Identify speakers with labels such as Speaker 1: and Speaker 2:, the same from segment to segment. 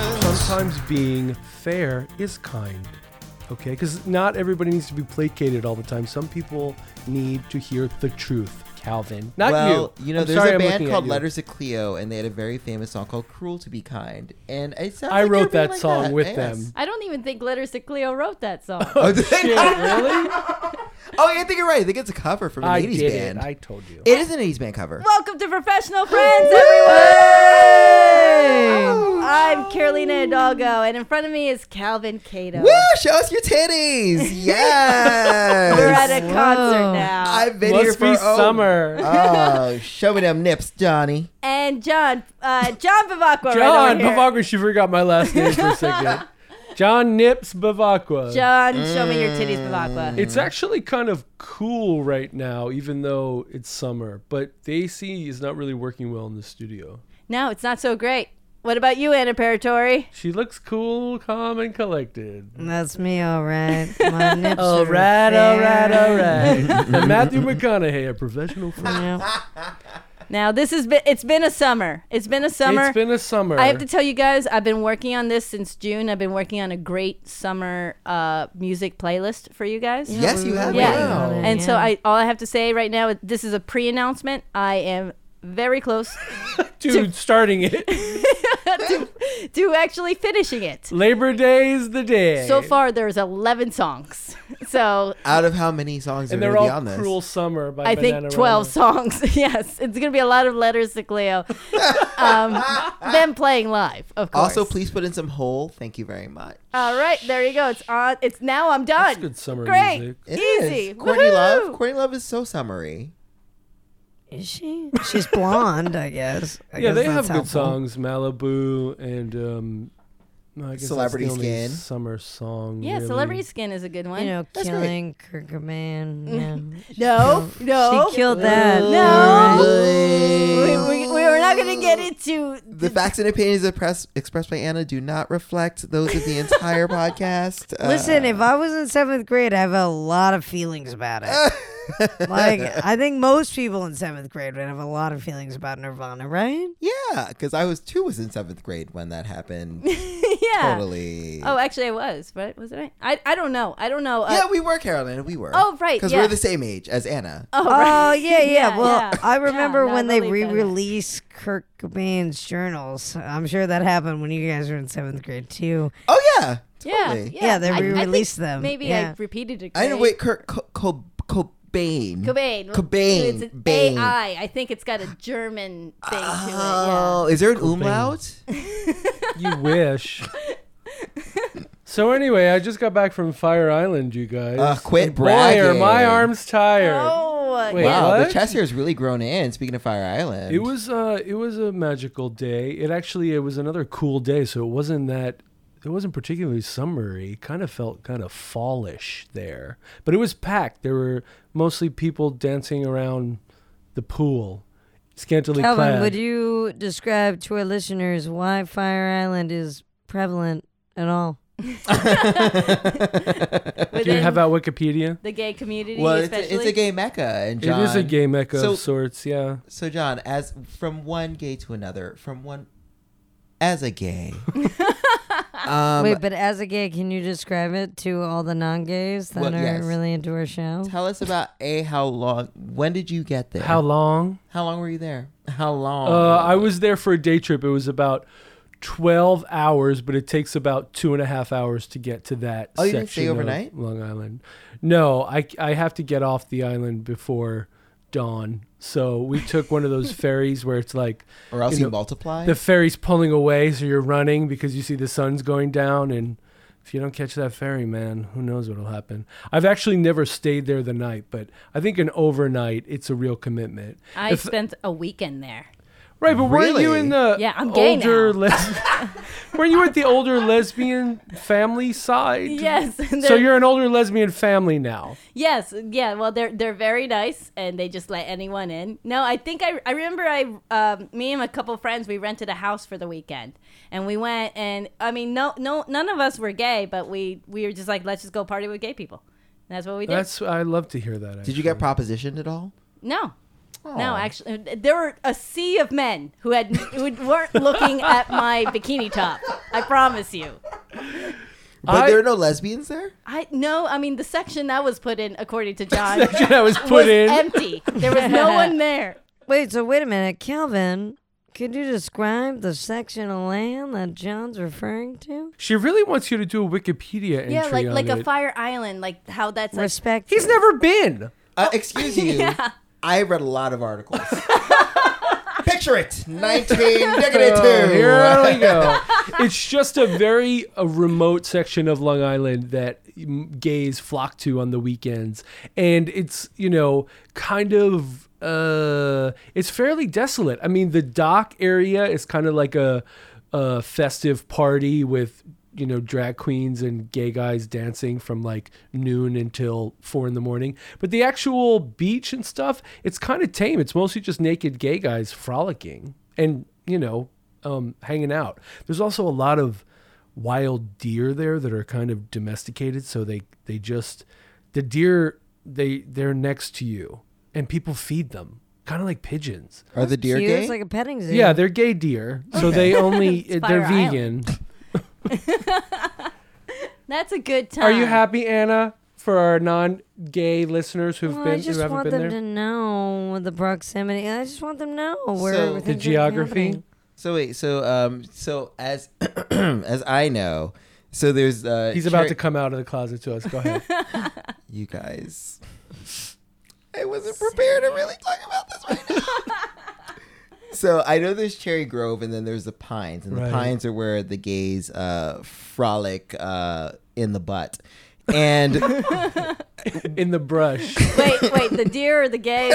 Speaker 1: sometimes being fair is kind. Okay? Because not everybody needs to be placated all the time. Some people need to hear the truth, Calvin. Not
Speaker 2: well,
Speaker 1: you.
Speaker 2: you know,
Speaker 1: I'm
Speaker 2: there's
Speaker 1: sorry
Speaker 2: a
Speaker 1: I'm
Speaker 2: band
Speaker 1: looking at
Speaker 2: called
Speaker 1: you.
Speaker 2: Letters to Cleo, and they had a very famous song called "Cruel to Be Kind," and it sounds
Speaker 1: I
Speaker 2: like
Speaker 1: wrote
Speaker 2: you're
Speaker 1: that
Speaker 2: being like
Speaker 1: song
Speaker 2: that.
Speaker 1: with
Speaker 2: Yes.
Speaker 1: them.
Speaker 3: I don't even think Letters to Cleo wrote that song.
Speaker 2: Oh, did they
Speaker 1: Shit,
Speaker 2: not?
Speaker 1: really?
Speaker 2: Oh, yeah, I think you're right. I think it's a cover from an
Speaker 1: I
Speaker 2: 80s
Speaker 1: did
Speaker 2: band.
Speaker 1: it. I told you.
Speaker 2: it is an 80s band cover.
Speaker 3: Welcome to Professional Friends, everyone! I'm Carolina Hidalgo, and in front of me is Calvin Cato.
Speaker 2: Woo! Show us your titties. Yes.
Speaker 3: We're at a
Speaker 4: Whoa.
Speaker 3: concert now.
Speaker 2: I've been here
Speaker 1: Must
Speaker 2: for
Speaker 1: be
Speaker 2: oh,
Speaker 1: summer.
Speaker 2: Oh, show me them nips, Johnny.
Speaker 3: and John, uh, John Bavacqua.
Speaker 1: John
Speaker 3: right over here.
Speaker 1: Bavacqua. She forgot my last name for a second. John Nips Bavacqua.
Speaker 3: John, show me your titties, Bavacqua.
Speaker 1: It's actually kind of cool right now, even though it's summer. But the AC is not really working well in the studio.
Speaker 3: no, it's not so great. What about you, Anna Paratori?
Speaker 1: She looks cool, calm, and collected.
Speaker 4: That's me, all right. My nips are
Speaker 1: right. Matthew McConaughey, a professional friend.
Speaker 4: Yeah.
Speaker 3: Now, this has been, it's been a summer. It's been a summer.
Speaker 1: It's been a summer.
Speaker 3: I have to tell you guys, I've been working on this since June. I've been working on a great summer uh, music playlist for you guys.
Speaker 2: Yes, you have.
Speaker 3: Yeah.
Speaker 2: Wow.
Speaker 4: Wow.
Speaker 3: And so
Speaker 4: Yeah.
Speaker 3: I all I have to say right now is this is a pre-announcement. I am very close
Speaker 1: Dude, starting it.
Speaker 3: to actually finishing it.
Speaker 1: Labor Day is the day.
Speaker 3: So far there's 11 songs. So
Speaker 2: Out of how many songs
Speaker 1: And
Speaker 2: are
Speaker 1: they're
Speaker 2: going to be
Speaker 1: all
Speaker 2: on this?
Speaker 1: Cruel Summer by
Speaker 3: I think
Speaker 1: Bananarama.
Speaker 3: 12 songs. yes, it's going to be a lot of letters to Cleo. um, them playing live, of course.
Speaker 2: Also, please put in some hole. Thank you very much.
Speaker 3: All right, there you go. It's on. It's now I'm done.
Speaker 1: That's good summer
Speaker 3: Great.
Speaker 1: music.
Speaker 2: It
Speaker 3: Easy.
Speaker 2: is. Courtney Love.
Speaker 3: Woohoo!
Speaker 2: Courtney Love is so summery.
Speaker 4: Is she? She's blonde, I guess. I
Speaker 1: Yeah,
Speaker 4: guess
Speaker 1: they
Speaker 4: that's
Speaker 1: have good
Speaker 4: helpful.
Speaker 1: songs. Malibu and um, no, I guess that's
Speaker 2: Celebrity
Speaker 1: the only
Speaker 2: Skin.
Speaker 1: summer song.
Speaker 3: Yeah,
Speaker 1: really.
Speaker 3: Celebrity Skin is a good one.
Speaker 4: You know,
Speaker 2: That's great.
Speaker 4: killing Kurt Cobain. Yeah.
Speaker 3: no, no.
Speaker 4: She killed that.
Speaker 3: No. We,
Speaker 2: Ooh.
Speaker 3: we, we were not going to get into.
Speaker 2: The facts and opinions oppress, expressed by Anna do not reflect those of the entire podcast. Uh,
Speaker 4: Listen, if I was in seventh grade, I have a lot of feelings about it. like, I think most people in seventh grade would have a lot of feelings about Nirvana, right?
Speaker 2: yeah, because I was too was in seventh grade when that happened.
Speaker 3: yeah.
Speaker 2: Totally.
Speaker 3: Oh, actually, I was, right? Was it? I I don't know. I don't know. Uh,
Speaker 2: yeah, we were Carolina. We were.
Speaker 3: Oh, right,
Speaker 2: Because
Speaker 3: yeah.
Speaker 2: we're the same age as Anna.
Speaker 3: Oh,
Speaker 4: Oh
Speaker 3: right.
Speaker 4: yeah, yeah. well,
Speaker 3: yeah.
Speaker 4: I remember
Speaker 3: no, I
Speaker 4: when they
Speaker 3: believe that.
Speaker 4: re-released Kurt Cobain's journals. I'm sure that happened when you guys were in seventh grade too.
Speaker 2: Oh yeah.
Speaker 3: Yeah,
Speaker 2: Totally.
Speaker 4: Yeah, they
Speaker 3: I- I think
Speaker 4: re-released them.
Speaker 3: Maybe
Speaker 4: Yeah.
Speaker 3: I repeated it.
Speaker 2: I know.
Speaker 3: right?
Speaker 2: Wait, Kurt Co- Co- Cobain.
Speaker 3: Cobain.
Speaker 2: Cobain.
Speaker 3: It's an
Speaker 2: Bane.
Speaker 3: AI. I think it's got a German thing to it. Yeah.
Speaker 2: Oh, is there an umlaut?
Speaker 1: You wish. so anyway, I just got back from Fire Island, you guys.
Speaker 2: Uh, quit
Speaker 1: And Boy, are my
Speaker 2: bragging.
Speaker 1: arms tired.
Speaker 3: Oh,
Speaker 1: Wait,
Speaker 2: Wow,
Speaker 1: what?
Speaker 2: the chest hair is really grown in. Speaking of Fire Island,
Speaker 1: It was uh, it was a magical day. It actually it was another cool day, so it wasn't that it wasn't particularly summery. It kind of felt kind of fallish there, but it was packed. There were mostly people dancing around the pool, scantily
Speaker 4: Calvin,
Speaker 1: clad.
Speaker 4: would you describe to our listeners why Fire Island is prevalent at all?
Speaker 1: Do you
Speaker 3: Within
Speaker 1: have out Wikipedia?
Speaker 3: the gay community,
Speaker 2: well, it's a,
Speaker 3: especially.
Speaker 2: it's a gay mecca, and John,
Speaker 1: It is a gay mecca
Speaker 2: So-
Speaker 1: of sorts. Yeah.
Speaker 2: So, John, as from one gay to another, from one as a gay. um,
Speaker 4: Wait, but as a gay, can you describe it to all the non-gays that
Speaker 2: Well,
Speaker 4: are
Speaker 2: yes.
Speaker 4: really into our show?
Speaker 2: Tell us about a how long? When did you get there?
Speaker 1: How long?
Speaker 2: how long were you there? How long?
Speaker 1: Uh, I was there for a day trip. It was about twelve hours, but it takes about two and a half hours to get to that.
Speaker 2: Oh, you didn't
Speaker 1: section
Speaker 2: stay
Speaker 1: of
Speaker 2: overnight?
Speaker 1: Long Island. No, I I have to get off the island before dawn. So we took one of those ferries where it's like
Speaker 2: or else
Speaker 1: you
Speaker 2: you,
Speaker 1: know,
Speaker 2: multiply.
Speaker 1: the ferry's pulling away, so you're running because you see the sun's going down and. If you don't catch that ferry, man, who knows what'll happen? I've actually never stayed there the night, but I think an overnight, it's a real commitment.
Speaker 3: I
Speaker 1: If-
Speaker 3: spent a weekend there.
Speaker 1: Right, but weren't you
Speaker 2: Really?
Speaker 1: in the
Speaker 3: Yeah, I'm gay
Speaker 1: older
Speaker 3: now.
Speaker 1: les- weren't you at the older lesbian family side?
Speaker 3: Yes.
Speaker 1: So you're an older lesbian family now.
Speaker 3: Yes, yeah. Well, they're they're very nice, and they just let anyone in. No, I think I I remember I um, me and a couple friends we rented a house for the weekend, and we went and I mean no no none of us were gay, but we we were just like let's just go party with gay people. And that's what we did.
Speaker 1: That's I love to hear that.
Speaker 2: did
Speaker 1: actually.
Speaker 2: you get propositioned at all?
Speaker 3: no, No, actually, there were a sea of men who had who weren't looking at my bikini top. I promise you.
Speaker 2: But
Speaker 1: I-
Speaker 2: there are no lesbians there?
Speaker 3: I no, I mean the section that was put in, according to John,
Speaker 1: that was put
Speaker 3: was
Speaker 1: in.
Speaker 3: empty. There was no one there.
Speaker 4: Wait, so wait a minute, Calvin. Could you describe the section of land that John's referring to?
Speaker 1: she really wants you to do a Wikipedia entry.
Speaker 3: Yeah, like
Speaker 1: on
Speaker 3: like a
Speaker 1: it.
Speaker 3: fire island, like how that's like,
Speaker 4: Respect.
Speaker 1: He's never been.
Speaker 2: Uh,
Speaker 4: Oh,
Speaker 2: excuse you. I read a lot of articles. Picture it. 19 negative
Speaker 1: Oh,
Speaker 2: 2.
Speaker 1: here we go. it's just a very a remote section of Long Island that mm, gays flock to on the weekends, and it's you know kind of uh, it's fairly desolate. I mean, the dock area is kind of like a, a festive party with you know drag queens and gay guys dancing from like noon until four in the morning but the actual beach and stuff it's kind of tame it's mostly just naked gay guys frolicking and you know um, hanging out there's also a lot of wild deer there that are kind of domesticated so they they just the deer they they're next to you and people feed them kind of like pigeons
Speaker 2: Are the deer
Speaker 4: cute.
Speaker 2: gay?
Speaker 4: It's like a petting zoo.
Speaker 1: yeah they're gay deer so they only
Speaker 3: Fire
Speaker 1: they're
Speaker 3: Island.
Speaker 1: vegan
Speaker 3: that's a good time.
Speaker 1: Are you happy, Anna, for our non-gay listeners who've
Speaker 4: Well, I
Speaker 1: been who
Speaker 4: just
Speaker 1: haven't
Speaker 4: want
Speaker 1: been
Speaker 4: them
Speaker 1: there?
Speaker 4: to know the proximity. I just want them to know where
Speaker 2: So- The
Speaker 4: everything's
Speaker 1: the
Speaker 4: gonna be
Speaker 1: geography.
Speaker 4: happening.
Speaker 2: so wait, so um so as as I know, so there's uh
Speaker 1: He's about
Speaker 2: Cher-
Speaker 1: to come out of the closet to us. Go ahead.
Speaker 2: you guys. I wasn't prepared to really talk about this right now. so I know there's Cherry Grove and then there's the Pines, and
Speaker 1: Right.
Speaker 2: the Pines are where the gays uh, frolic uh, in the butt. And
Speaker 1: In the brush,
Speaker 3: Wait, wait, the deer or the gays?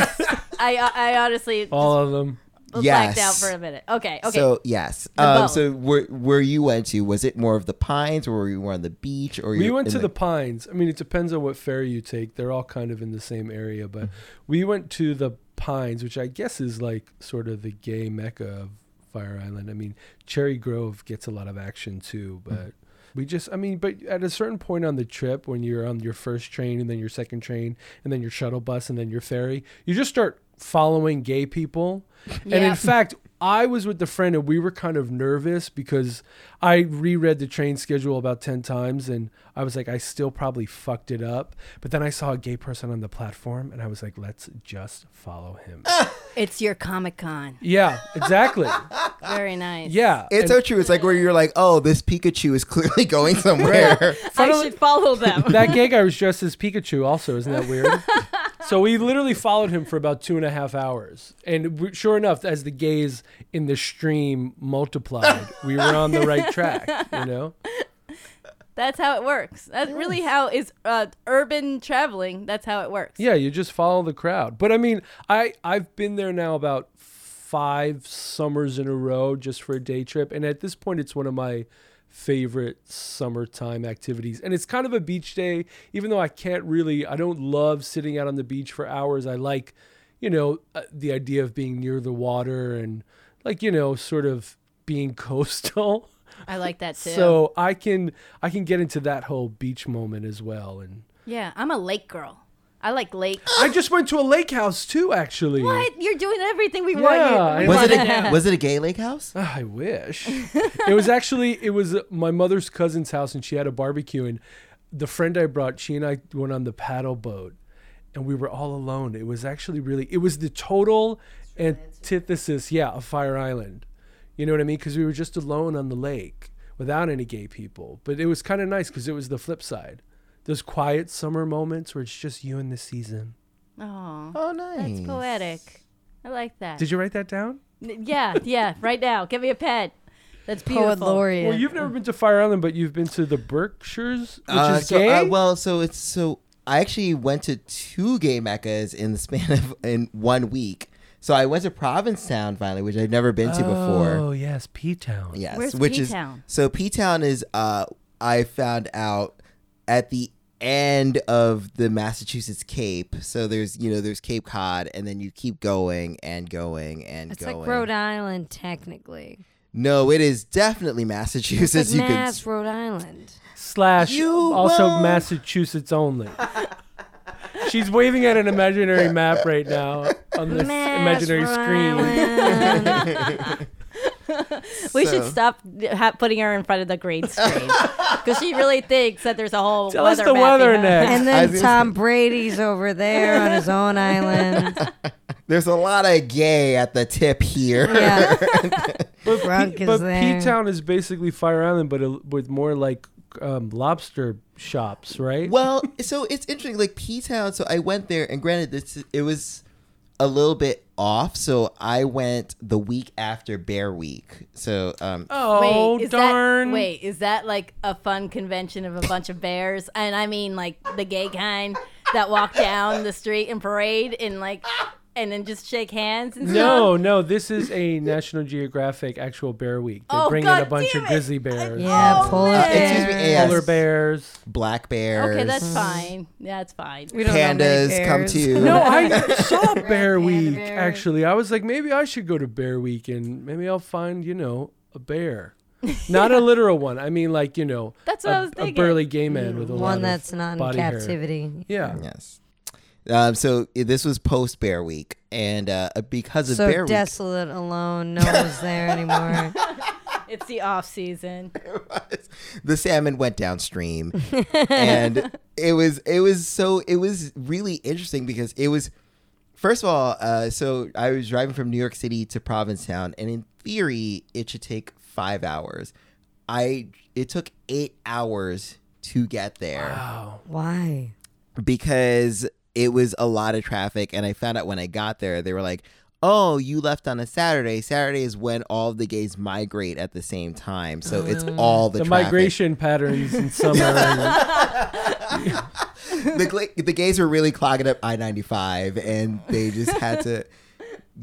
Speaker 3: I I honestly
Speaker 1: all of them.
Speaker 3: just blacked out
Speaker 2: Yes.
Speaker 3: for a minute. Okay, okay.
Speaker 2: so yes,
Speaker 3: The
Speaker 2: um,
Speaker 3: boat.
Speaker 2: so where where you went to was it more of the Pines, or were you more on the beach, or
Speaker 1: We
Speaker 2: you
Speaker 1: went
Speaker 2: in
Speaker 1: to the Pines. I mean, it depends on what ferry you take. They're all kind of in the same area,
Speaker 2: Mm-hmm.
Speaker 1: but we went to the Pines, which I guess is like sort of the gay mecca of Fire Island. I mean, Cherry Grove gets a lot of action too,
Speaker 2: Mm-hmm.
Speaker 1: but we just, I mean, but at a certain point on the trip, when you're on your first train and then your second train and then your shuttle bus and then your ferry, you just start following gay people. And in
Speaker 3: Yeah.
Speaker 1: fact, I was with the friend and we were kind of nervous because I reread the train schedule about 10 times and I was like, I still probably fucked it up. But then I saw a gay person on the platform and I was like, let's just follow him.
Speaker 3: it's your Comic Con.
Speaker 1: yeah, exactly.
Speaker 3: Very nice.
Speaker 1: Yeah.
Speaker 2: It's
Speaker 1: And
Speaker 2: so true. It's like where you're like, oh, this Pikachu is clearly going somewhere.
Speaker 3: I should follow them.
Speaker 1: that gay guy was dressed as Pikachu, also. Isn't that weird? so we literally followed him for about two and a half hours. And we, sure enough, as the gays in the stream multiplied, we were on the right track, you know?
Speaker 3: That's how it works. That's really how is uh, urban traveling. That's how it works.
Speaker 1: Yeah, you just follow the crowd. But I mean, I I've been there now about five summers in a row just for a day trip, and at this point, it's one of my favorite summertime activities. And it's kind of a beach day, even though I can't really. I don't love sitting out on the beach for hours. I like, you know, uh, the idea of being near the water and like you know, sort of being coastal.
Speaker 3: I like that too.
Speaker 1: So I can I can get into that whole beach moment as well and.
Speaker 3: yeah, I'm a lake girl. I like lake.
Speaker 1: I just went to a lake house too, actually.
Speaker 3: What? You're doing everything we
Speaker 1: Yeah,
Speaker 3: want you.
Speaker 1: I
Speaker 3: We
Speaker 2: was it
Speaker 3: want you
Speaker 1: know.
Speaker 3: to
Speaker 2: a,
Speaker 3: do.
Speaker 2: was it a gay lake house?
Speaker 1: Ah, I wish. it was actually it was uh, my mother's cousin's house, and she had a barbecue. And the friend I brought, she and I went on the paddle boat, and we were all alone. It was actually really it was the total antithesis, yeah, of Fire Island. You know what I mean? Because we were just alone on the lake without any gay people. But it was kind of nice because it was the flip side. Those quiet summer moments where it's just you and the season.
Speaker 3: Oh,
Speaker 2: Oh, nice.
Speaker 3: that's poetic. I like that.
Speaker 1: Did you write that down?
Speaker 3: N- yeah, yeah. Right now, give me a pen. That's beautiful.
Speaker 4: Poet laureate.
Speaker 1: Well, you've never been to Fire Island, but you've been to the Berkshires, which
Speaker 2: Uh,
Speaker 1: is
Speaker 2: so,
Speaker 1: gay.
Speaker 2: uh, well, so it's so I actually went to two gay meccas in the span of in one week. So I went to Provincetown finally, which I've never been to before.
Speaker 1: Oh yes, P Town.
Speaker 2: Yes,
Speaker 3: Where's
Speaker 2: which
Speaker 3: P-Town?
Speaker 2: is so P Town is uh I found out at the end of the Massachusetts Cape. So there's you know there's Cape Cod, and then you keep going and going and
Speaker 4: It's
Speaker 2: going.
Speaker 4: like Rhode Island, technically.
Speaker 2: No, it is definitely Massachusetts.
Speaker 4: It's like
Speaker 2: you could
Speaker 4: Mass, Rhode Island.
Speaker 1: Slash
Speaker 2: You
Speaker 1: also
Speaker 2: won't-
Speaker 1: Massachusetts only. She's waving at an imaginary map right now. on this
Speaker 4: Mess
Speaker 1: imaginary screen.
Speaker 4: around.
Speaker 3: We
Speaker 2: So-
Speaker 3: should stop uh, ha- putting her in front of the green screen because she really thinks that there's a whole
Speaker 1: Tell us the
Speaker 3: map
Speaker 1: weather
Speaker 3: behind-
Speaker 1: next.
Speaker 4: and
Speaker 2: I
Speaker 4: then
Speaker 2: was-
Speaker 4: Tom Brady's over there on his own island.
Speaker 2: There's a lot of gay at the tip here.
Speaker 4: Yeah.
Speaker 1: But,
Speaker 4: Drunk
Speaker 1: P-
Speaker 4: is
Speaker 1: but
Speaker 4: there.
Speaker 1: P-Town is basically Fire Island, but a, with more like um, lobster shops, right?
Speaker 2: Well, so it's interesting. Like P Town, so I went there, and granted, this it was a little bit off. So I went the week after Bear Week. So um,
Speaker 1: Oh
Speaker 3: is that-
Speaker 1: darn!
Speaker 3: wait, is that like a fun convention of a bunch of bears? And I mean, like the gay kind that walk down the street and parade and like, and then just shake hands and stuff.
Speaker 1: No, no, this is a National Geographic actual Bear Week. They
Speaker 3: Oh,
Speaker 1: bring in a
Speaker 3: God
Speaker 1: bunch
Speaker 3: damn
Speaker 1: of
Speaker 3: it.
Speaker 1: grizzly bears,
Speaker 4: Yeah,
Speaker 3: Oh,
Speaker 4: polar
Speaker 2: uh, excuse me,
Speaker 4: bear.
Speaker 2: yes.
Speaker 1: polar bears.
Speaker 2: black bears,
Speaker 3: Okay, that's fine. Yeah, it's fine.
Speaker 4: We don't know many
Speaker 2: pandas come
Speaker 4: bears.
Speaker 2: too.
Speaker 1: No, I saw Bear Week
Speaker 4: bears.
Speaker 1: actually. I was like, maybe I should go to Bear Week and maybe I'll find you know a bear, not a literal one. I mean, like you know,
Speaker 3: That's
Speaker 1: a,
Speaker 3: what I was
Speaker 1: a
Speaker 3: thinking. Mm.
Speaker 1: burly gay man with a lot
Speaker 4: One
Speaker 1: of
Speaker 4: that's not in
Speaker 1: body hair.
Speaker 4: captivity.
Speaker 1: Yeah.
Speaker 2: yes. Um, so i- this was post Bear Week, and uh, because of
Speaker 4: So
Speaker 2: Bear
Speaker 4: desolate, alone, no one's there anymore.
Speaker 3: It's the off season.
Speaker 2: Week, the salmon went downstream, and it was it was so it was really interesting because it was First of all, uh, so I was driving from New York City to Provincetown, and in theory, it should take five hours. I it took eight hours to get there
Speaker 1: Wow.
Speaker 4: Why?
Speaker 2: because it was a lot of traffic. And I found out when I got there, they were like, "Oh, you left on a Saturday. Saturday is when all of the gays migrate at the same time, so it's all the,
Speaker 1: The
Speaker 2: traffic.
Speaker 1: migration patterns in summer. and-
Speaker 2: the, gla- the gays were really clogging up I 95 and they just had to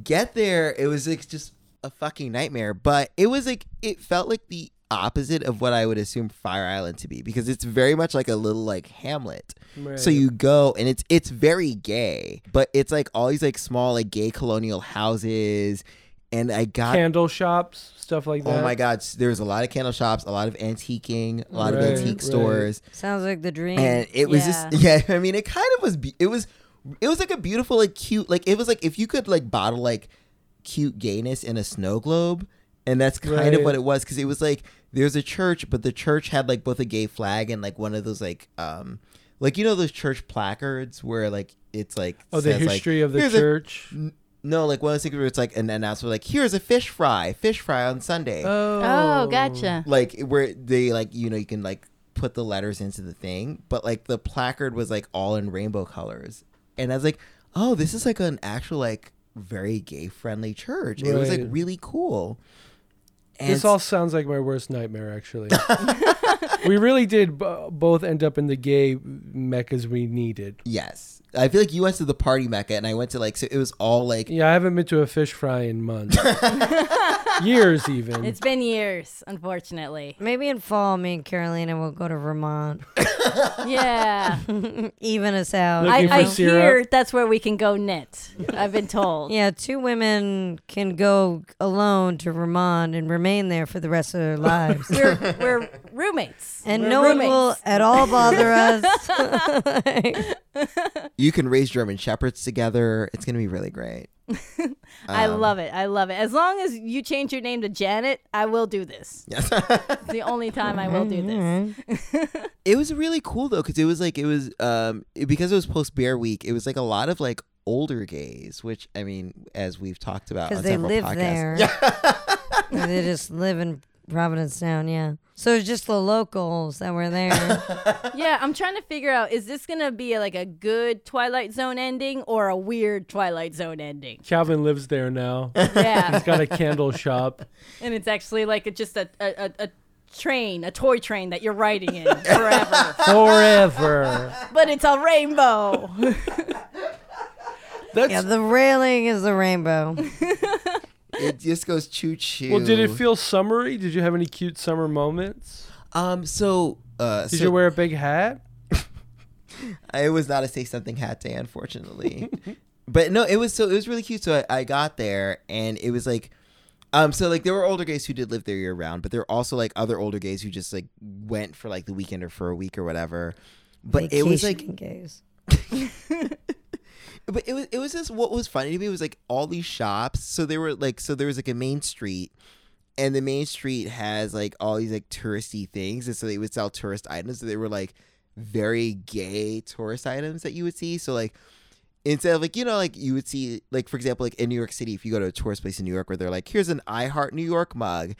Speaker 2: get there. It was like just a fucking nightmare, but it was like, it felt like the opposite of what I would assume Fire Island to be because it's very much like a little like Hamlet. So
Speaker 1: Right.
Speaker 2: you go and it's it's very gay, but it's like all these like small like gay colonial houses and I got
Speaker 1: candle shops, stuff like that.
Speaker 2: Oh my god, s- there's a lot of candle shops, a lot of antiquing, a lot of
Speaker 1: Right,
Speaker 2: antique
Speaker 1: right.
Speaker 2: stores
Speaker 4: Sounds like the dream.
Speaker 2: and it was just yeah i mean it kind of was be- it was it was like a beautiful like cute like it was like if you could like bottle like cute gayness in a snow globe and that's kind of
Speaker 1: Right.
Speaker 2: what it was because it was like there's a church but the church had like both a gay flag and like one of those like um like you know those church placards where like it's like
Speaker 1: Oh, the
Speaker 2: says, like,
Speaker 1: history of the
Speaker 2: "Here's a-"
Speaker 1: church.
Speaker 2: N- no like one of those things where it's like an announcement like here's a fish fry fish fry on sunday
Speaker 1: oh.
Speaker 3: Oh, gotcha.
Speaker 2: like where they like you know you can like put the letters into the thing but like the placard was like all in rainbow colors and i was like oh this is like an actual like very gay friendly church it was like
Speaker 1: Right.
Speaker 2: really cool and
Speaker 1: This all sounds like my worst nightmare, actually. we really did b- both end up in the gay meccas we needed.
Speaker 2: yes i feel like you went to the party mecca and i went to like so it was all like
Speaker 1: Yeah, I haven't been to a fish fry in months, years even.
Speaker 3: It's been years, unfortunately.
Speaker 4: Maybe in fall, me and Carolina will go to Vermont.
Speaker 3: Yeah.
Speaker 4: Even us out.
Speaker 1: Looking for
Speaker 3: I, I
Speaker 1: syrup.
Speaker 3: hear that's where we can go knit. I've been told.
Speaker 4: yeah, two women can go alone to Vermont and remain there for the rest of their lives.
Speaker 3: We're, we're roommates.
Speaker 4: and
Speaker 3: We're
Speaker 4: no one will
Speaker 3: roommates.
Speaker 4: at all bother us.
Speaker 2: you can raise german shepherds together it's gonna be really great
Speaker 3: I
Speaker 1: Um,
Speaker 3: love it. I love it. As long as you change your name to Janet, I will do this.
Speaker 2: yes
Speaker 3: It's the only time I will do this.
Speaker 2: it was really cool though because it was like it was um it- because it was post bear week it was like a lot of like older gays which i mean as we've talked about on
Speaker 4: because they
Speaker 2: several
Speaker 4: live
Speaker 2: podcasts.
Speaker 4: there. they just live in Providence Town, yeah. So it's just the locals that were there.
Speaker 3: Yeah, I'm trying to figure out is this going to be like a good Twilight Zone ending or a weird Twilight Zone ending?
Speaker 1: Calvin lives there now.
Speaker 3: Yeah.
Speaker 1: He's got a candle shop.
Speaker 3: and it's actually like a, just a, a, a, a train, a toy train that you're riding in forever.
Speaker 1: Forever.
Speaker 3: but it's a rainbow.
Speaker 1: That's
Speaker 4: yeah, the railing is the rainbow.
Speaker 2: it just goes choo choo
Speaker 1: well. Did it feel summery? Did you have any cute summer moments?
Speaker 2: um so uh
Speaker 1: Did
Speaker 2: so
Speaker 1: you wear a big hat?
Speaker 2: I was not a say something hat day, unfortunately. but no, it was so it was really cute. So I, I got there and it was like um so like there were older gays who did live there year round, but there were also like other older gays who just like went for like the weekend or for a week or whatever. But it was like
Speaker 4: Vacation gays.
Speaker 2: but it was it was just what was funny to me was like all these shops. So there were like so there was like a main street, and the main street has like all these like touristy things, and so they would sell tourist items. So they were like very gay tourist items that you would see. So like instead of like you know like you would see like for example like in New York City if you go to a tourist place in New York where they're like here's an I Heart New York mug.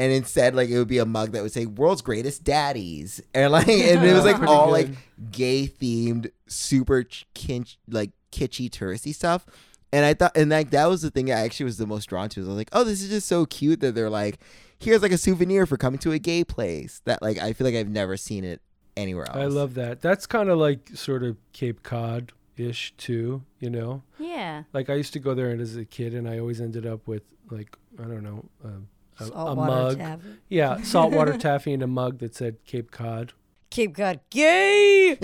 Speaker 2: And instead, like it would be a mug that would say "World's Greatest Daddies," and like, and it was like
Speaker 1: Pretty
Speaker 2: all
Speaker 1: good.
Speaker 2: like gay themed, super ch- kinch, like kitschy touristy stuff. And I thought, and like that was the thing I actually was the most drawn to. Is I was like, oh, this is just so cute that they're like, here's like a souvenir for coming to a gay place. That like I feel like I've never seen it anywhere else.
Speaker 1: I love that. That's kind of like sort of Cape Cod ish too, you know.
Speaker 3: Yeah.
Speaker 1: Like I used to go there and as a kid, and I always ended up with like I don't know um, a, a
Speaker 4: Saltwater
Speaker 1: mug,
Speaker 4: tavern.
Speaker 1: yeah, saltwater taffy in a mug that said Cape Cod.
Speaker 4: Cape Cod gay.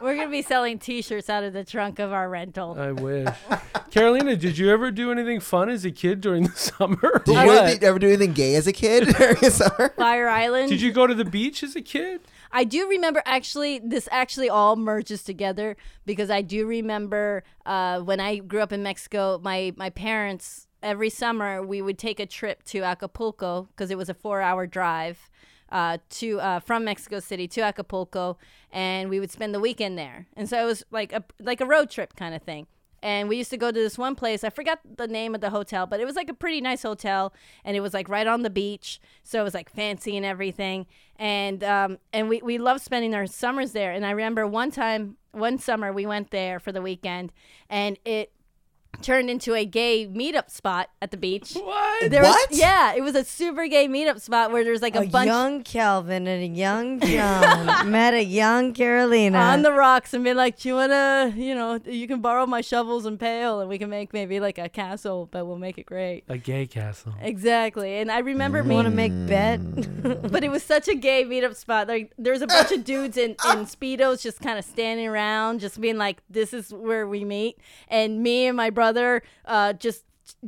Speaker 3: We're going to be selling t shirts out of the trunk of our rental.
Speaker 1: I wish. Carolina, did you ever do anything fun as a kid during the summer?
Speaker 2: Did you
Speaker 1: What?
Speaker 2: ever, ever do anything gay as a kid? Sorry.
Speaker 3: Fire Island.
Speaker 1: Did you go to the beach as a kid?
Speaker 3: I do remember actually, this actually all merges together because I do remember uh, when I grew up in Mexico, my, my parents, every summer, we would take a trip to Acapulco because it was a four hour drive. Uh, to uh, from Mexico City to Acapulco, and we would spend the weekend there. And so it was like a like a road trip kind of thing. and we used to go to this one place. I forgot the name of the hotel, but it was like a pretty nice hotel, and it was like right on the beach, so it was like fancy and everything. And um, and we we loved spending our summers there. And I remember one time, one summer, we went there for the weekend, and it turned into a gay meetup spot at the beach.
Speaker 1: What?
Speaker 3: There was-
Speaker 2: What?
Speaker 3: yeah, it was a super gay meetup spot where there's like a,
Speaker 4: a
Speaker 3: bunch
Speaker 4: young Calvin and a young John met a young Carolina.
Speaker 3: on the rocks and be like, "Do you wanna, you know, you can borrow my shovels and pail, and we can make maybe like a castle, but we'll make it great."
Speaker 1: A gay castle.
Speaker 3: Eh, Exactly. And I remember
Speaker 4: want to
Speaker 2: Mm-hmm.
Speaker 3: me,
Speaker 4: make bet.
Speaker 3: but it was such a gay meetup spot. Like there was a bunch of dudes in, in speedos just kind of standing around, just being like, "This is where we meet." And me and my brother uh, just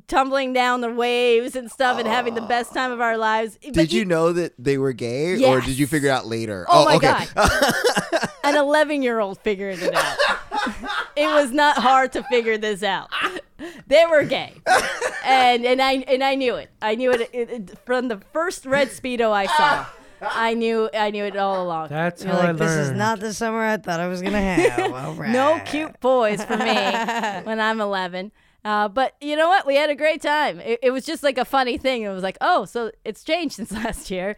Speaker 3: tumbling down the waves and stuff, and having the best time of our lives. But
Speaker 2: Did you know that they were gay, or did you
Speaker 3: Yes.
Speaker 2: figure it out later?
Speaker 3: Oh, my god! An eleven-year-old figured it out. it was not hard to figure this out. They were gay, and and I and I knew it. I knew it, it, it- from the first red speedo I saw. I knew I knew it all along.
Speaker 1: That's
Speaker 4: You're
Speaker 1: how I learned.
Speaker 4: like, this is not the summer I thought I was gonna have. All right.
Speaker 3: no cute boys for me when I'm 11. Uh, but you know what? We had a great time. It, it was just like a funny thing. It was like, oh, so it's changed since last year.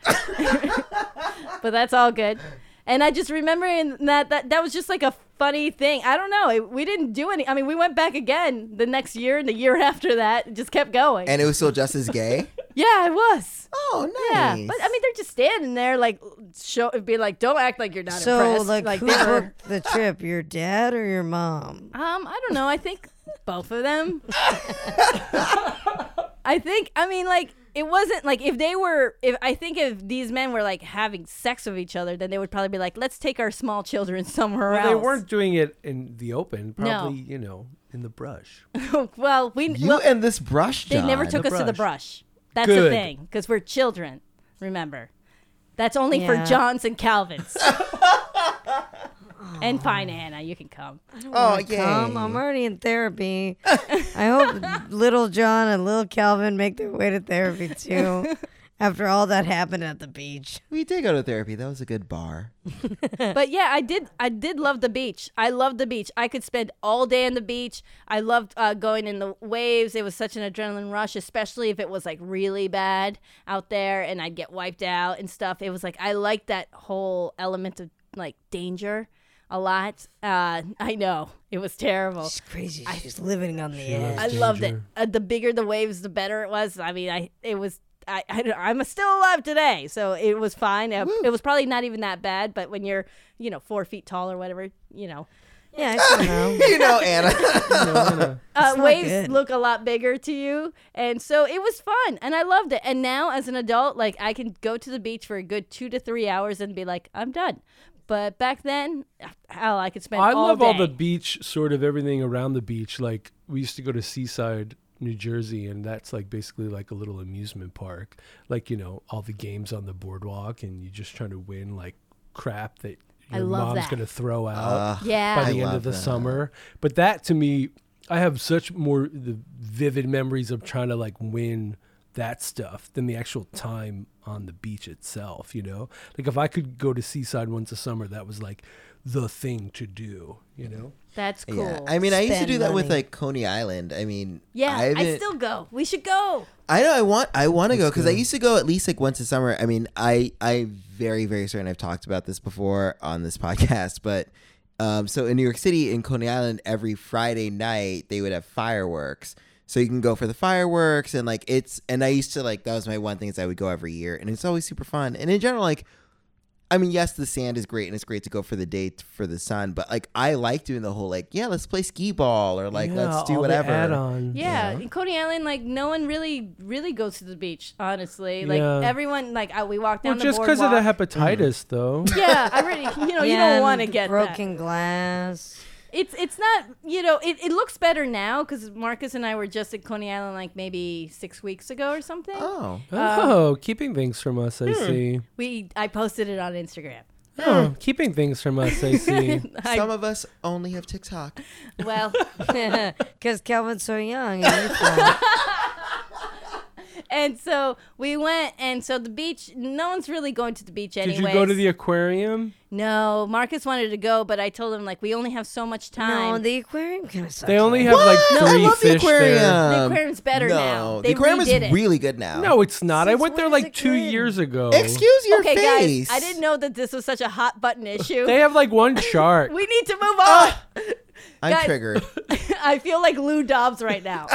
Speaker 3: but that's all good. And I just remember in that, that that was just like a funny thing. I don't know. It, we didn't do any. I mean, we went back again the next year and the year after that. It just kept going.
Speaker 2: And it was still just as gay.
Speaker 3: yeah, it was.
Speaker 2: Oh,
Speaker 3: Yeah.
Speaker 2: nice.
Speaker 3: But I mean, they're just standing there, like, show, be like, don't act like you're not
Speaker 4: So
Speaker 3: impressed.
Speaker 4: like, who
Speaker 3: they were-
Speaker 4: booked the trip? Your dad or your mom?
Speaker 3: Um, I don't know. I think both of them. I think I mean like it wasn't like if they were if I think if these men were like having sex with each other, then they would probably be like, let's take our small children somewhere
Speaker 1: Well,
Speaker 3: else.
Speaker 1: they weren't doing it in the open, probably, you know, in the brush.
Speaker 3: well, we
Speaker 2: you
Speaker 3: well,
Speaker 2: and this brush,
Speaker 3: they
Speaker 2: John.
Speaker 3: never took
Speaker 1: the
Speaker 3: us to the brush. That's the
Speaker 1: Good.
Speaker 3: thing because we're children. Remember, that's only
Speaker 4: Yeah.
Speaker 3: for Johns and Calvins. and Pine Anna, you can come.
Speaker 2: Oh, yeah.
Speaker 4: Come, I'm already in therapy. I hope little John and little Calvin make their way to therapy too. After all that happened at the beach.
Speaker 2: We did go to therapy. That was a good bar.
Speaker 3: but yeah, I did. I did love the beach. I loved the beach. I could spend all day on the beach. I loved uh, going in the waves. It was such an adrenaline rush, especially if it was like really bad out there, and I'd get wiped out and stuff. It was like I liked that whole element of like danger a lot. Uh, I know it was terrible.
Speaker 4: It's crazy. She's living on the
Speaker 1: loves
Speaker 4: edge.
Speaker 3: I loved it.
Speaker 1: danger.
Speaker 3: Uh, the bigger the waves, the better it was. I mean, I it was. I, I don't- I'm still alive today, so it was fine. Uh, It was probably not even that bad, but when you're, you know, four feet tall or whatever, you know,
Speaker 4: Yeah, I don't know.
Speaker 2: You know, Anna.
Speaker 3: uh,
Speaker 4: not
Speaker 3: waves
Speaker 4: good.
Speaker 3: look a lot bigger to you, and so it was fun, and I loved it. And now as an adult, like I can go to the beach for a good two to three hours and be like, I'm done. But back then, hell, I could spend.
Speaker 1: I love all
Speaker 3: day.
Speaker 1: the beach, sort of everything around the beach. Like, we used to go to Seaside, New Jersey, and that's like basically like a little amusement park. Like, you know, all the games on the boardwalk, and you're just trying to win like crap that
Speaker 3: I
Speaker 1: your
Speaker 3: love
Speaker 1: mom's
Speaker 3: that.
Speaker 1: gonna throw out
Speaker 2: Uh-huh.
Speaker 3: Yeah.
Speaker 1: by
Speaker 3: I
Speaker 1: the end
Speaker 2: love
Speaker 1: of the
Speaker 2: that.
Speaker 1: summer. But that to me, I have such more the vivid memories of trying to like win that stuff than the actual time on the beach itself. You know, like if I could go to Seaside once a summer, that was like the thing to do. You know,
Speaker 3: That's cool.
Speaker 2: Yeah. I mean, I used to
Speaker 4: Spend
Speaker 2: do that with
Speaker 4: money.
Speaker 2: like Coney Island. I mean,
Speaker 3: Yeah, I,
Speaker 2: haven't-
Speaker 3: still go. We should go.
Speaker 2: I know I want I want to go because I used to go at least like once a summer. I mean, I I very very certain I've talked about this before on this podcast, but um, so in New York City in Coney Island every Friday night they would have fireworks, so you can go for the fireworks and like it's and I used to like that was my one thing is I would go every year and it's always super fun and in general like. I mean, yes, the sand is great and it's great to go for the day t- for the sun, but like I like doing the whole like, yeah, let's play skee ball or like
Speaker 1: Yeah,
Speaker 2: let's
Speaker 1: all
Speaker 2: do
Speaker 1: the
Speaker 2: whatever.
Speaker 1: add-ons.
Speaker 3: Yeah, in Coney Island, like no one really, really goes to the beach. Honestly, like
Speaker 1: Yeah.
Speaker 3: everyone, like I, we walk down
Speaker 1: Well,
Speaker 3: the
Speaker 1: just because
Speaker 3: boardwalk. Mm.
Speaker 1: of the hepatitis, though.
Speaker 3: yeah, I really, you know, you
Speaker 4: Yeah,
Speaker 3: don't want to
Speaker 4: and
Speaker 3: get that.
Speaker 4: broken glass.
Speaker 3: It's it's not you know it, it looks better now because Marcus and I were just at Coney Island like maybe six weeks ago or something.
Speaker 2: Oh,
Speaker 1: Oh, keeping things from us, I see.
Speaker 3: We I posted it on Instagram.
Speaker 1: Oh, keeping things from us, I see.
Speaker 3: I-
Speaker 2: some of us only have TikTok.
Speaker 3: well,
Speaker 4: Because Kelvin's so young. And you're fat.
Speaker 3: and so we went, and so the beach. No one's really going to the beach
Speaker 1: Did
Speaker 3: anyway.
Speaker 1: you go to the aquarium?
Speaker 3: No, Marcus wanted to go, but I told him like we only have so much time.
Speaker 4: no, the aquarium kind of sucks.
Speaker 1: They only have like
Speaker 2: What?
Speaker 1: three
Speaker 2: I love
Speaker 1: fish
Speaker 2: the aquarium.
Speaker 1: there.
Speaker 3: The aquarium's better
Speaker 2: no,
Speaker 3: now.
Speaker 2: the
Speaker 3: They
Speaker 2: aquarium is
Speaker 3: redid it.
Speaker 2: really good now.
Speaker 1: No, it's not. I
Speaker 4: Since
Speaker 1: went there
Speaker 4: when is
Speaker 1: like
Speaker 4: it
Speaker 1: two
Speaker 4: good?
Speaker 1: years ago.
Speaker 2: Oh. excuse your
Speaker 3: okay,
Speaker 2: face.
Speaker 3: guys. I didn't know that this was such a hot button issue.
Speaker 1: They have like one shark.
Speaker 3: we need to move on.
Speaker 4: Ah.
Speaker 2: I'm
Speaker 3: guys.
Speaker 2: triggered.
Speaker 3: I feel like Lou Dobbs right now.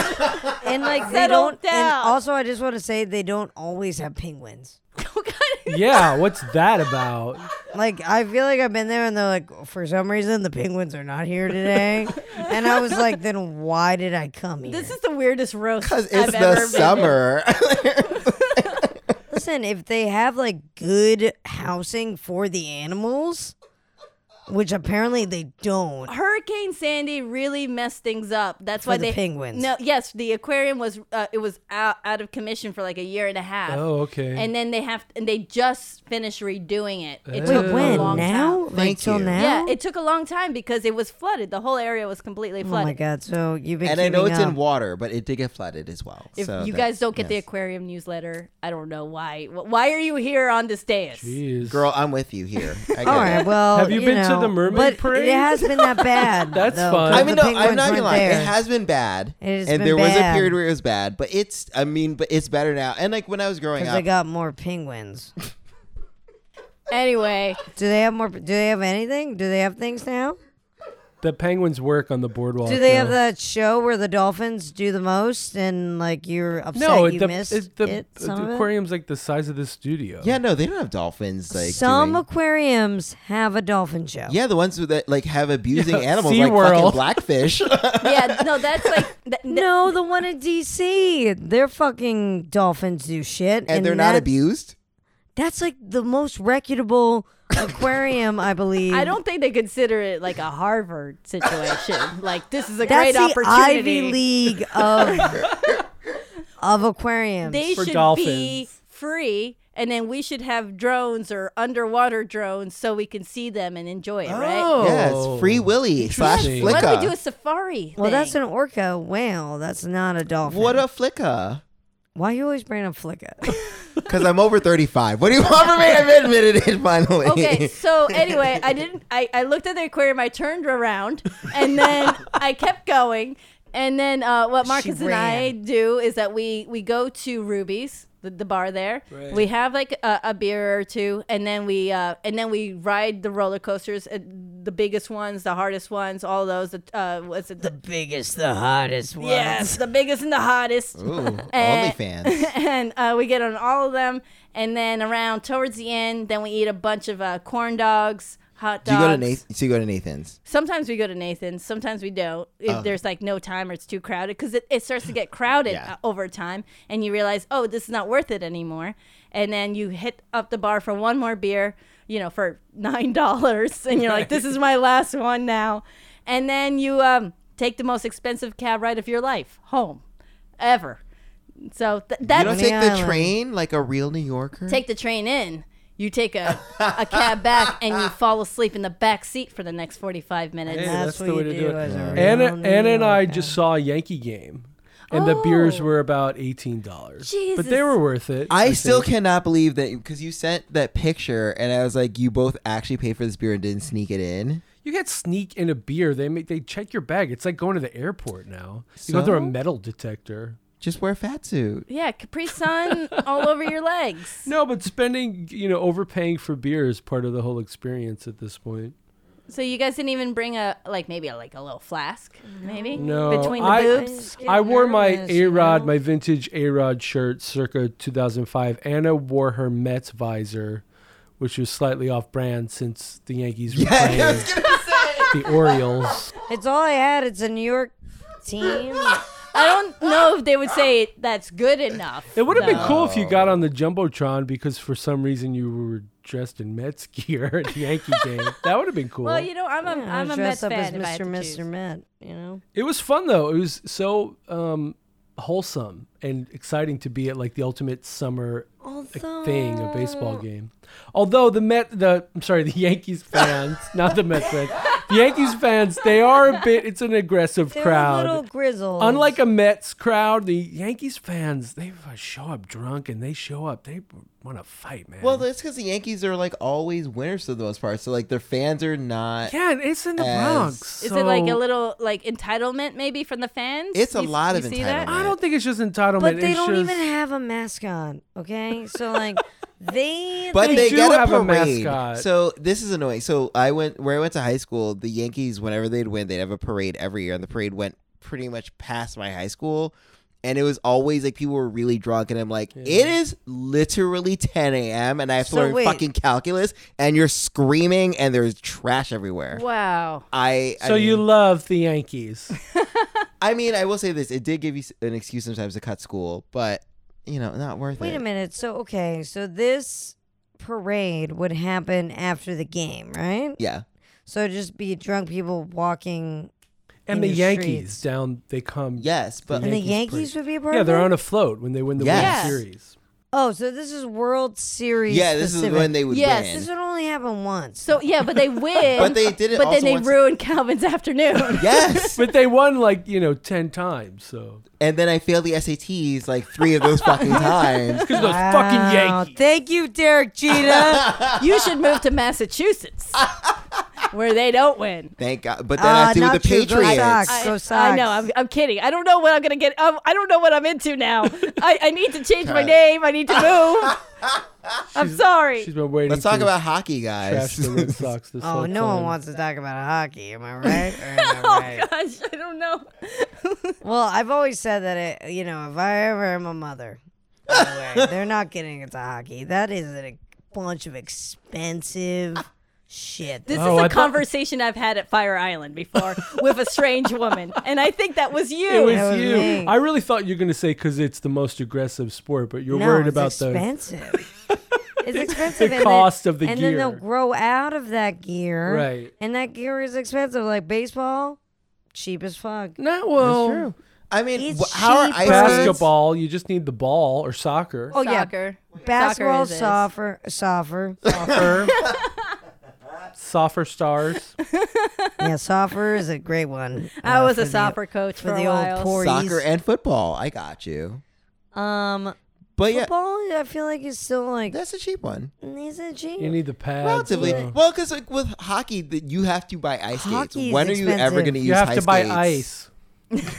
Speaker 4: and like they
Speaker 3: Settle
Speaker 4: don't. And
Speaker 3: down.
Speaker 4: also, I just want to say they don't always have penguins.
Speaker 3: Oh, God.
Speaker 1: yeah, what's that about?
Speaker 4: Like I feel like I've been there, and they're like, for some reason, the penguins are not here today. and I was like, then why did I come here?
Speaker 3: This is the weirdest roast.
Speaker 2: Because it's
Speaker 3: I've
Speaker 2: the
Speaker 3: ever been
Speaker 2: summer.
Speaker 4: Listen, if they have like good housing for the animals, which apparently they don't.
Speaker 3: in. Hurricane Sandy really messed things up. That's
Speaker 4: For
Speaker 3: why
Speaker 4: the
Speaker 3: they
Speaker 4: penguins.
Speaker 3: No, yes, the aquarium was uh, it was out, out of commission for like a year and a half.
Speaker 1: Oh, okay.
Speaker 3: And then they have and they just finished redoing it. It
Speaker 1: Wait,
Speaker 3: took
Speaker 1: Uh,
Speaker 4: Oh. Wait,
Speaker 3: a
Speaker 4: when
Speaker 3: long
Speaker 4: now?
Speaker 3: time.
Speaker 2: Thank
Speaker 4: like till
Speaker 2: you.
Speaker 4: now?
Speaker 3: Yeah, it took a long time because it was flooded. The whole area was completely
Speaker 4: oh my
Speaker 3: flooded.
Speaker 4: god! So you've been
Speaker 2: and I know
Speaker 4: keeping
Speaker 2: it's
Speaker 4: up.
Speaker 2: in water, but it did get flooded as well.
Speaker 3: If
Speaker 2: so
Speaker 3: you
Speaker 2: that-
Speaker 3: guys don't get the
Speaker 2: yes.
Speaker 3: aquarium newsletter, I don't know why. Wh- Why are you here on this dais?
Speaker 1: Jeez.
Speaker 2: girl, I'm with you here. I get
Speaker 4: All right.
Speaker 2: it.
Speaker 4: Well,
Speaker 1: Have you been to
Speaker 4: know,
Speaker 1: the mermaid
Speaker 4: but
Speaker 1: parade?
Speaker 4: It has been that bad.
Speaker 1: That's
Speaker 4: though,
Speaker 1: fun.
Speaker 4: 'cause
Speaker 2: I mean,
Speaker 4: the
Speaker 2: no, I'm
Speaker 4: penguins
Speaker 2: not gonna
Speaker 4: weren't
Speaker 2: lie.
Speaker 4: there.
Speaker 2: It has been bad,
Speaker 4: It has
Speaker 2: and
Speaker 4: been
Speaker 2: there was a
Speaker 4: bad.
Speaker 2: period where it was bad. But it's, I mean, but it's better now. And like when I was growing
Speaker 4: 'Cause
Speaker 2: up,
Speaker 4: they got more penguins.
Speaker 3: Anyway,
Speaker 4: Do they have more? Do they have anything? Do they have things now?
Speaker 1: The penguins work on the boardwalk.
Speaker 4: Do they have
Speaker 1: though.
Speaker 4: that show where the dolphins do the most and like you're upset
Speaker 1: No,
Speaker 4: you
Speaker 1: the,
Speaker 4: missed
Speaker 1: it, the,
Speaker 4: it,
Speaker 1: the
Speaker 4: some of it?
Speaker 1: aquarium's like the size of this studio.
Speaker 2: yeah, no, they don't have dolphins. Like
Speaker 4: Some
Speaker 2: doing-
Speaker 4: aquariums have a dolphin show.
Speaker 2: yeah, the ones that like have abusing
Speaker 1: Yeah,
Speaker 2: animals, like
Speaker 1: SeaWorld.
Speaker 2: fucking blackfish.
Speaker 3: yeah, no, that's like th- th-
Speaker 4: No, the one in D.C. They're fucking dolphins do shit,
Speaker 2: and they're not
Speaker 4: that-
Speaker 2: abused.
Speaker 4: That's like the most reputable aquarium, I believe.
Speaker 3: I don't think they consider it like a Harvard situation. like this is a
Speaker 4: That's
Speaker 3: great
Speaker 4: the
Speaker 3: opportunity.
Speaker 4: Ivy League of of aquariums.
Speaker 3: They
Speaker 1: For
Speaker 3: should be
Speaker 1: dolphins.
Speaker 3: free, and then we should have drones or underwater drones so we can see them and enjoy it. Right?
Speaker 1: Oh.
Speaker 2: Yes, Free Willy slash
Speaker 1: Interesting.
Speaker 2: Flicka.
Speaker 3: Why don't we do a safari?
Speaker 4: well, that's
Speaker 3: thing?
Speaker 4: an orca whale. That's not a dolphin.
Speaker 2: What a flicka.
Speaker 4: Why you always bring up Flicka?
Speaker 2: Because I'm over 35. What do you want from me? I've admitted it finally.
Speaker 3: Okay, so anyway, I didn't. I, I looked at the aquarium. I turned around, and then I kept going. And then uh, what Marcus and I
Speaker 4: ran.
Speaker 3: do is that we we go to Ruby's, the, the bar there.
Speaker 1: Right.
Speaker 3: We have like a, a beer or two, and then we uh, and then we ride the roller coasters, uh, the biggest ones, the hardest ones, all those. Uh, was it the,
Speaker 4: biggest, the hottest one.
Speaker 3: yes, the biggest and the hottest.
Speaker 2: Ooh,
Speaker 3: And-
Speaker 2: OnlyFans.
Speaker 3: Uh, and uh, we get on all of them. And then around towards the end, then we eat a bunch of uh, corn dogs, hot
Speaker 2: Do
Speaker 3: dogs.
Speaker 2: you go to Nathan? So you go to Nathan's.
Speaker 3: Sometimes we go to Nathan's. Sometimes we don't. If
Speaker 2: Uh-huh.
Speaker 3: there's like no time or it's too crowded, because it, it starts to get crowded
Speaker 2: Yeah.
Speaker 3: uh, over time, and you realize, oh, this is not worth it anymore. And then you hit up the bar for one more beer, you know, for nine dollars, and you're like, this is my last one now. And then you um, take the most expensive cab ride of your life home, ever. So th-
Speaker 2: You
Speaker 3: that's
Speaker 2: don't
Speaker 4: Coney
Speaker 3: Uh,
Speaker 2: take the
Speaker 4: Island.
Speaker 2: train like a real New Yorker?
Speaker 3: take the train in. you take a, a cab back and you fall asleep in the back seat for the next 45 minutes.
Speaker 1: Hey,
Speaker 4: That's
Speaker 1: that's,
Speaker 4: what
Speaker 1: the way
Speaker 4: you
Speaker 1: to do,
Speaker 4: do
Speaker 1: it.
Speaker 4: as a
Speaker 1: Anna,
Speaker 4: real
Speaker 1: Anna and I
Speaker 4: New
Speaker 1: just saw a Yankee game, and the beers
Speaker 3: Oh.
Speaker 1: were about eighteen dollars. But
Speaker 3: Jesus.
Speaker 1: they were worth it.
Speaker 2: I still
Speaker 1: think.
Speaker 2: cannot believe that because you sent that picture and I was like, you both actually paid for this beer and didn't sneak it in.
Speaker 1: You can't sneak in a beer. They make they check your bag. It's like going to the airport now. You go through a
Speaker 2: So?
Speaker 1: metal detector.
Speaker 2: Just wear a fat suit.
Speaker 3: Yeah, Capri Sun all over your legs.
Speaker 1: No, but spending you know overpaying for beer is part of the whole experience at this point.
Speaker 3: So you guys didn't even bring a like maybe a, like a little flask, maybe
Speaker 1: No,
Speaker 3: between the
Speaker 1: I-
Speaker 3: boobs.
Speaker 1: I wore my
Speaker 4: nervous,
Speaker 1: A
Speaker 4: you
Speaker 1: Rod,
Speaker 4: know?
Speaker 1: my vintage A Rod shirt circa 2005. Anna wore her Mets visor, which was slightly off brand since the Yankees were playing
Speaker 2: I was gonna say.
Speaker 1: the Orioles.
Speaker 4: It's all I had. It's a New York team.
Speaker 3: I don't know if they would say that's good enough.
Speaker 1: It would have been
Speaker 3: though.
Speaker 1: cool if you got on the Jumbotron because for some reason you were dressed in Mets gear at the Yankee game. That would have been cool.
Speaker 3: Well, you know, I'm a
Speaker 4: I
Speaker 3: am a Mets
Speaker 4: dress
Speaker 3: fan.
Speaker 4: up as
Speaker 3: if I had
Speaker 4: Mr.
Speaker 3: to
Speaker 4: Mr.
Speaker 3: choose.
Speaker 4: Met. You know,
Speaker 1: It was fun though. It was so um, wholesome and exciting to be at like the ultimate summer
Speaker 4: although
Speaker 1: thing, a baseball game. Although the Met, the I'm sorry, the Yankees fans, not the Mets fans, the Yankees fans, they are a bit. It's an aggressive
Speaker 4: they're
Speaker 1: crowd.
Speaker 4: little grizzled.
Speaker 1: Unlike a Mets crowd, the Yankees fans they show up drunk and they show up. They want to fight, man.
Speaker 2: Well, that's because the Yankees are like always winners for the most part. So like their fans are not.
Speaker 1: yeah, and it's in the
Speaker 2: As-
Speaker 1: Bronx.
Speaker 3: Is it like a
Speaker 1: so
Speaker 3: little like entitlement maybe from the fans?
Speaker 2: It's a lot of
Speaker 3: see
Speaker 1: I don't think it's just entitlement.
Speaker 4: but they
Speaker 1: it's
Speaker 4: don't
Speaker 1: just,
Speaker 4: even have a mask on. Okay, so like they.
Speaker 2: But
Speaker 1: They
Speaker 2: they,
Speaker 1: do
Speaker 2: get a
Speaker 1: have a
Speaker 2: parade.
Speaker 1: mascot.
Speaker 2: So this is annoying. So I went where I went to high school. The Yankees, whenever they'd win, they'd have a parade every year, and the parade went pretty much past my high school. And it was always like people were really drunk, and I'm like, it is literally 10 a.m. and I have to
Speaker 4: So
Speaker 2: learn
Speaker 4: wait.
Speaker 2: fucking calculus, and you're screaming, and there's trash everywhere.
Speaker 3: Wow.
Speaker 2: I I
Speaker 1: So you
Speaker 2: mean-
Speaker 1: love the Yankees.
Speaker 2: I mean, I will say this: it did give you s- an excuse sometimes to cut school, but you know, not worth it.
Speaker 4: Wait a minute. So okay, so this parade would happen after the game, right?
Speaker 2: Yeah.
Speaker 4: So it'd just be drunk people walking,
Speaker 1: And
Speaker 4: In
Speaker 1: the
Speaker 4: your
Speaker 1: Yankees
Speaker 4: streets.
Speaker 1: down, they come.
Speaker 2: Yes, but
Speaker 4: and the
Speaker 1: Yankees
Speaker 4: Yankees
Speaker 1: play-
Speaker 4: would be a part.
Speaker 1: yeah,
Speaker 4: of
Speaker 1: they're
Speaker 4: it?
Speaker 1: on a float when they win the
Speaker 2: Yes.
Speaker 1: World Series.
Speaker 4: Oh, so this is World Series.
Speaker 2: yeah, this
Speaker 4: specific.
Speaker 2: is when they would
Speaker 3: Yes,
Speaker 2: win.
Speaker 4: This would only happen once.
Speaker 3: So yeah, but they win.
Speaker 2: But they did it
Speaker 3: But
Speaker 2: also
Speaker 3: then they
Speaker 2: once-
Speaker 3: ruined Calvin's afternoon.
Speaker 2: Yes,
Speaker 1: but they won like you know ten times. So
Speaker 2: and then I failed the SATs like three of those fucking times.
Speaker 1: because those fucking
Speaker 4: Wow.
Speaker 1: Yankees.
Speaker 4: Thank you, Derek Jeter. Oh,
Speaker 3: you should move to Massachusetts, where they don't win.
Speaker 2: Thank God. But then I have to do
Speaker 4: Ah,
Speaker 2: with
Speaker 4: not
Speaker 2: the
Speaker 4: true. Go
Speaker 2: Patriots.
Speaker 4: Sox.
Speaker 3: I-
Speaker 4: Go
Speaker 3: I
Speaker 4: Sox.
Speaker 3: know. I'm, I'm kidding. I don't know what I'm gonna get. I'm, I don't know what I'm into now. I, I need to change my
Speaker 2: Cut.
Speaker 3: name. I need to move. I'm sorry.
Speaker 1: She's been waiting.
Speaker 2: Let's talk
Speaker 1: to
Speaker 2: about hockey,
Speaker 1: trash
Speaker 2: guys.
Speaker 1: the Red Sox this
Speaker 4: oh,
Speaker 1: whole
Speaker 4: no one
Speaker 1: time.
Speaker 4: wants to talk about hockey. Am I right? Or am I
Speaker 3: Oh
Speaker 4: right?
Speaker 3: gosh, I don't know.
Speaker 4: Well, I've always said that it, you know, if I ever am a mother, by the way, they're not getting into hockey. That is a bunch of
Speaker 1: Uh,
Speaker 4: expensive shit.
Speaker 3: This
Speaker 1: Oh,
Speaker 3: is a
Speaker 1: I thought-
Speaker 3: conversation I've had at Fire Island before with a strange woman, and I think that was you.
Speaker 1: It was
Speaker 4: That was
Speaker 1: you.
Speaker 4: me.
Speaker 1: I really thought you were going to say because it's the most aggressive sport, but you're
Speaker 4: no,
Speaker 1: worried
Speaker 4: it's
Speaker 1: about the
Speaker 4: expensive. it's expensive. and
Speaker 1: cost
Speaker 4: then,
Speaker 1: of the
Speaker 4: and then they'll
Speaker 1: gear.
Speaker 4: grow out of that gear.
Speaker 1: Right.
Speaker 4: And that gear is expensive. Like baseball, cheap as fuck.
Speaker 1: not well
Speaker 2: I mean,
Speaker 4: It's
Speaker 2: wh- how are
Speaker 4: cheaper.
Speaker 2: ice skates?
Speaker 1: basketball. You just need the ball or soccer.
Speaker 4: Oh
Speaker 3: Soccer.
Speaker 4: yeah, basketball,
Speaker 3: Soccer is-
Speaker 4: softer, softer.
Speaker 1: Soccer. Soccer stars.
Speaker 4: yeah, softer is a great one.
Speaker 3: I
Speaker 4: uh,
Speaker 3: was
Speaker 4: for
Speaker 3: a
Speaker 4: the-
Speaker 3: soccer coach
Speaker 4: for
Speaker 3: for,
Speaker 4: the
Speaker 3: a
Speaker 4: old
Speaker 3: while.
Speaker 4: poor-
Speaker 2: Soccer
Speaker 4: Breeze.
Speaker 2: and football. I got you.
Speaker 4: Um,
Speaker 2: But yeah,
Speaker 4: football. I feel like it's still like
Speaker 2: that's a cheap one.
Speaker 4: He's a
Speaker 1: You
Speaker 4: genius.
Speaker 1: need the pads.
Speaker 2: Relatively.
Speaker 1: you know.
Speaker 2: Well, because like with hockey, that you have to buy ice
Speaker 4: Hockey's
Speaker 2: skates. When are you ever
Speaker 4: expensive.
Speaker 2: going to use
Speaker 1: you have
Speaker 2: ice
Speaker 1: to buy
Speaker 2: skates?
Speaker 1: ice.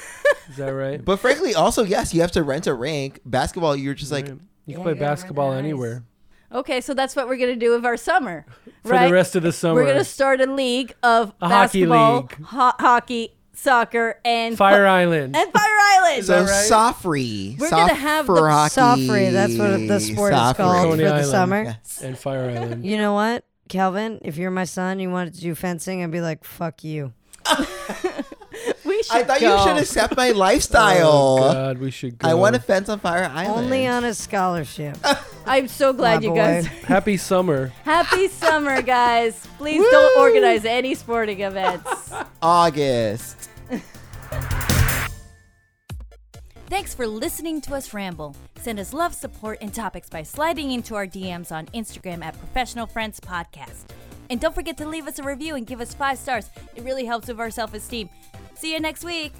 Speaker 1: Is that right?
Speaker 2: But frankly, also yes, you have to rent a rink. Basketball, you're just like
Speaker 1: Right. You
Speaker 4: Yeah,
Speaker 1: can play
Speaker 4: you gotta run
Speaker 1: basketball
Speaker 4: the ice.
Speaker 1: anywhere
Speaker 3: Okay, so that's what we're gonna do with our summer,
Speaker 1: for
Speaker 3: right?
Speaker 1: the rest of the summer.
Speaker 3: We're gonna start a league of
Speaker 1: A hockey
Speaker 3: basketball,
Speaker 1: league.
Speaker 3: ho- hockey, soccer, and
Speaker 1: Fire Island.
Speaker 3: and Fire Island.
Speaker 2: so
Speaker 1: that right?
Speaker 2: Sofri.
Speaker 3: We're gonna have the-
Speaker 4: Soffrey, that's what the sport is called
Speaker 1: Coney
Speaker 4: for the
Speaker 1: Island.
Speaker 4: summer.
Speaker 1: and Fire Island.
Speaker 4: You know what, Calvin? If you're my son, you wanted to do fencing, I'd be like, "Fuck you."
Speaker 3: we should
Speaker 2: I thought
Speaker 3: go.
Speaker 2: you should accept my
Speaker 1: Oh,
Speaker 2: lifestyle.
Speaker 1: God, we should go.
Speaker 2: I want to fence on Fire Island.
Speaker 4: Only on a scholarship.
Speaker 3: I'm so glad
Speaker 4: My
Speaker 3: you
Speaker 4: boy.
Speaker 3: guys.
Speaker 1: Happy summer.
Speaker 3: Happy summer, guys! Please don't organize any sporting events.
Speaker 2: August.
Speaker 3: Thanks for listening to us ramble. Send us love, support, and topics by sliding into our DMs on Instagram at Professional Friends Podcast. And don't forget to leave us a review and give us five stars. It really helps with our self esteem. See you next week.